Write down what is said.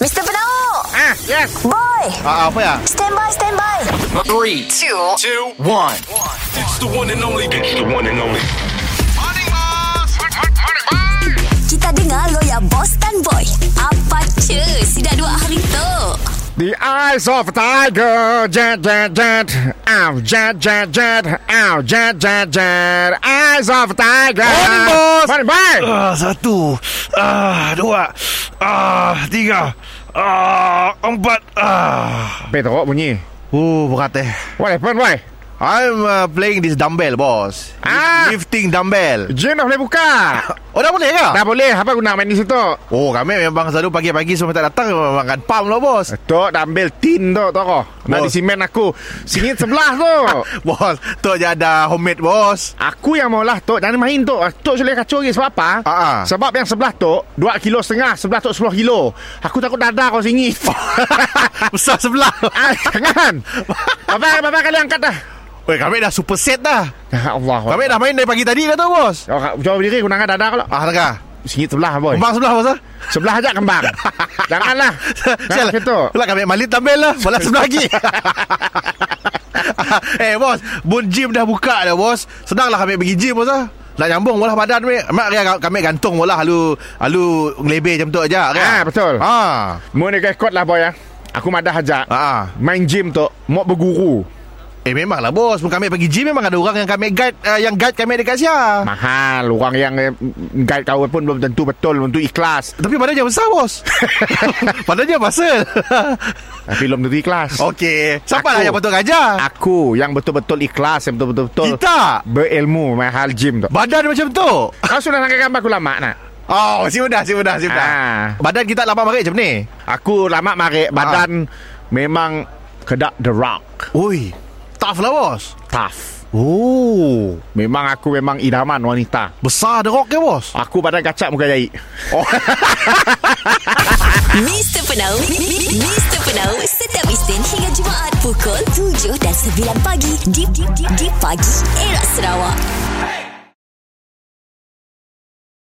Mr. Penau Ah, yes. Boy Ah, apa ya? Stand by, stand by Three, Two two, one. It's the one and only. It's the one and only. Kita dengar lo ya Boss dan Boy Apa cuy Si dah dua hari tu The eyes of a tiger. Jet, jet, jet. Ow, jet, jet, jet. Ow, jet, jet, jet. Eyes of a tiger. Morning, boss. Morning, bye. Ah, satu. Ah, dua. Ah, tiga. Ah, empat. Ah. Apa teruk bunyi? Oh, berat eh. What happened, why? I'm uh, playing this dumbbell, boss. Ah. Lifting dumbbell. Gym dah boleh buka. Oh, dah boleh ke? Dah boleh. Apa guna main di situ? Oh, kami memang selalu pagi-pagi semua tak datang memang akan pam lah, bos. Tok dah ambil tin tu tu kau. Nak Bos. disimen aku. Sini sebelah tu. Bos, tu je ada homemade, bos. Aku yang maulah Tok Jangan main Tok Tok sulit kacau lagi Sebab apa Ah, ah. Sebab yang sebelah Tok 2 kilo setengah Sebelah Tok 10 kilo Aku takut dada kau singit Besar sebelah. Ah, Jangan Bapak Bapak kali angkat dah Weh, kami dah super set dah. Ya Allah Kami dah main dari pagi tadi dah tu, bos. Oh, kau jawab diri aku nak angkat dada kau lah. Ah, Naga. Singit sebelah boy. Kembang sebelah, bos. ah. Sebelah aja kembang. Janganlah. Jangan Sial gitu. Lah kami malit tambah lah Malah sebelah lagi Eh bos Bun gym dah buka dah bos Senanglah kami pergi gym bos lah nak nyambung bola badan kami Mak ria kami gantung bola Halu Halu ngelebih macam tu aja Ah, betul. ha. Mu ni ikut lah boy ya. Aku madah aja. Ah. Main gym tu Mau berguru Eh memanglah bos Pun kami pergi gym Memang ada orang yang kami guide uh, Yang guide kami dekat Sia Mahal Orang yang eh, Guide kau pun Belum tentu betul Untuk ikhlas Tapi badannya besar bos Badannya besar Tapi belum tentu ikhlas Okey Siapa Aku. lah yang patut aja Aku yang betul-betul ikhlas Yang betul-betul Kita Berilmu Mahal gym tu Badan macam tu Kau sudah nak gambar aku lama nak Oh, si mudah, si mudah, si mudah. Ah. Badan kita lapan marik macam ni. Aku lama marik Badan Memang Kedak the rock Ui, tough lah bos. Tough Oh, Memang aku memang idaman wanita besar The Rock ke bos? Aku badan kacak muka jahit Mr. Penau Mr. Penau Setiap Isnin hingga Jumaat Pukul 7 dan 9 pagi Di, di, di, di pagi Era Sarawak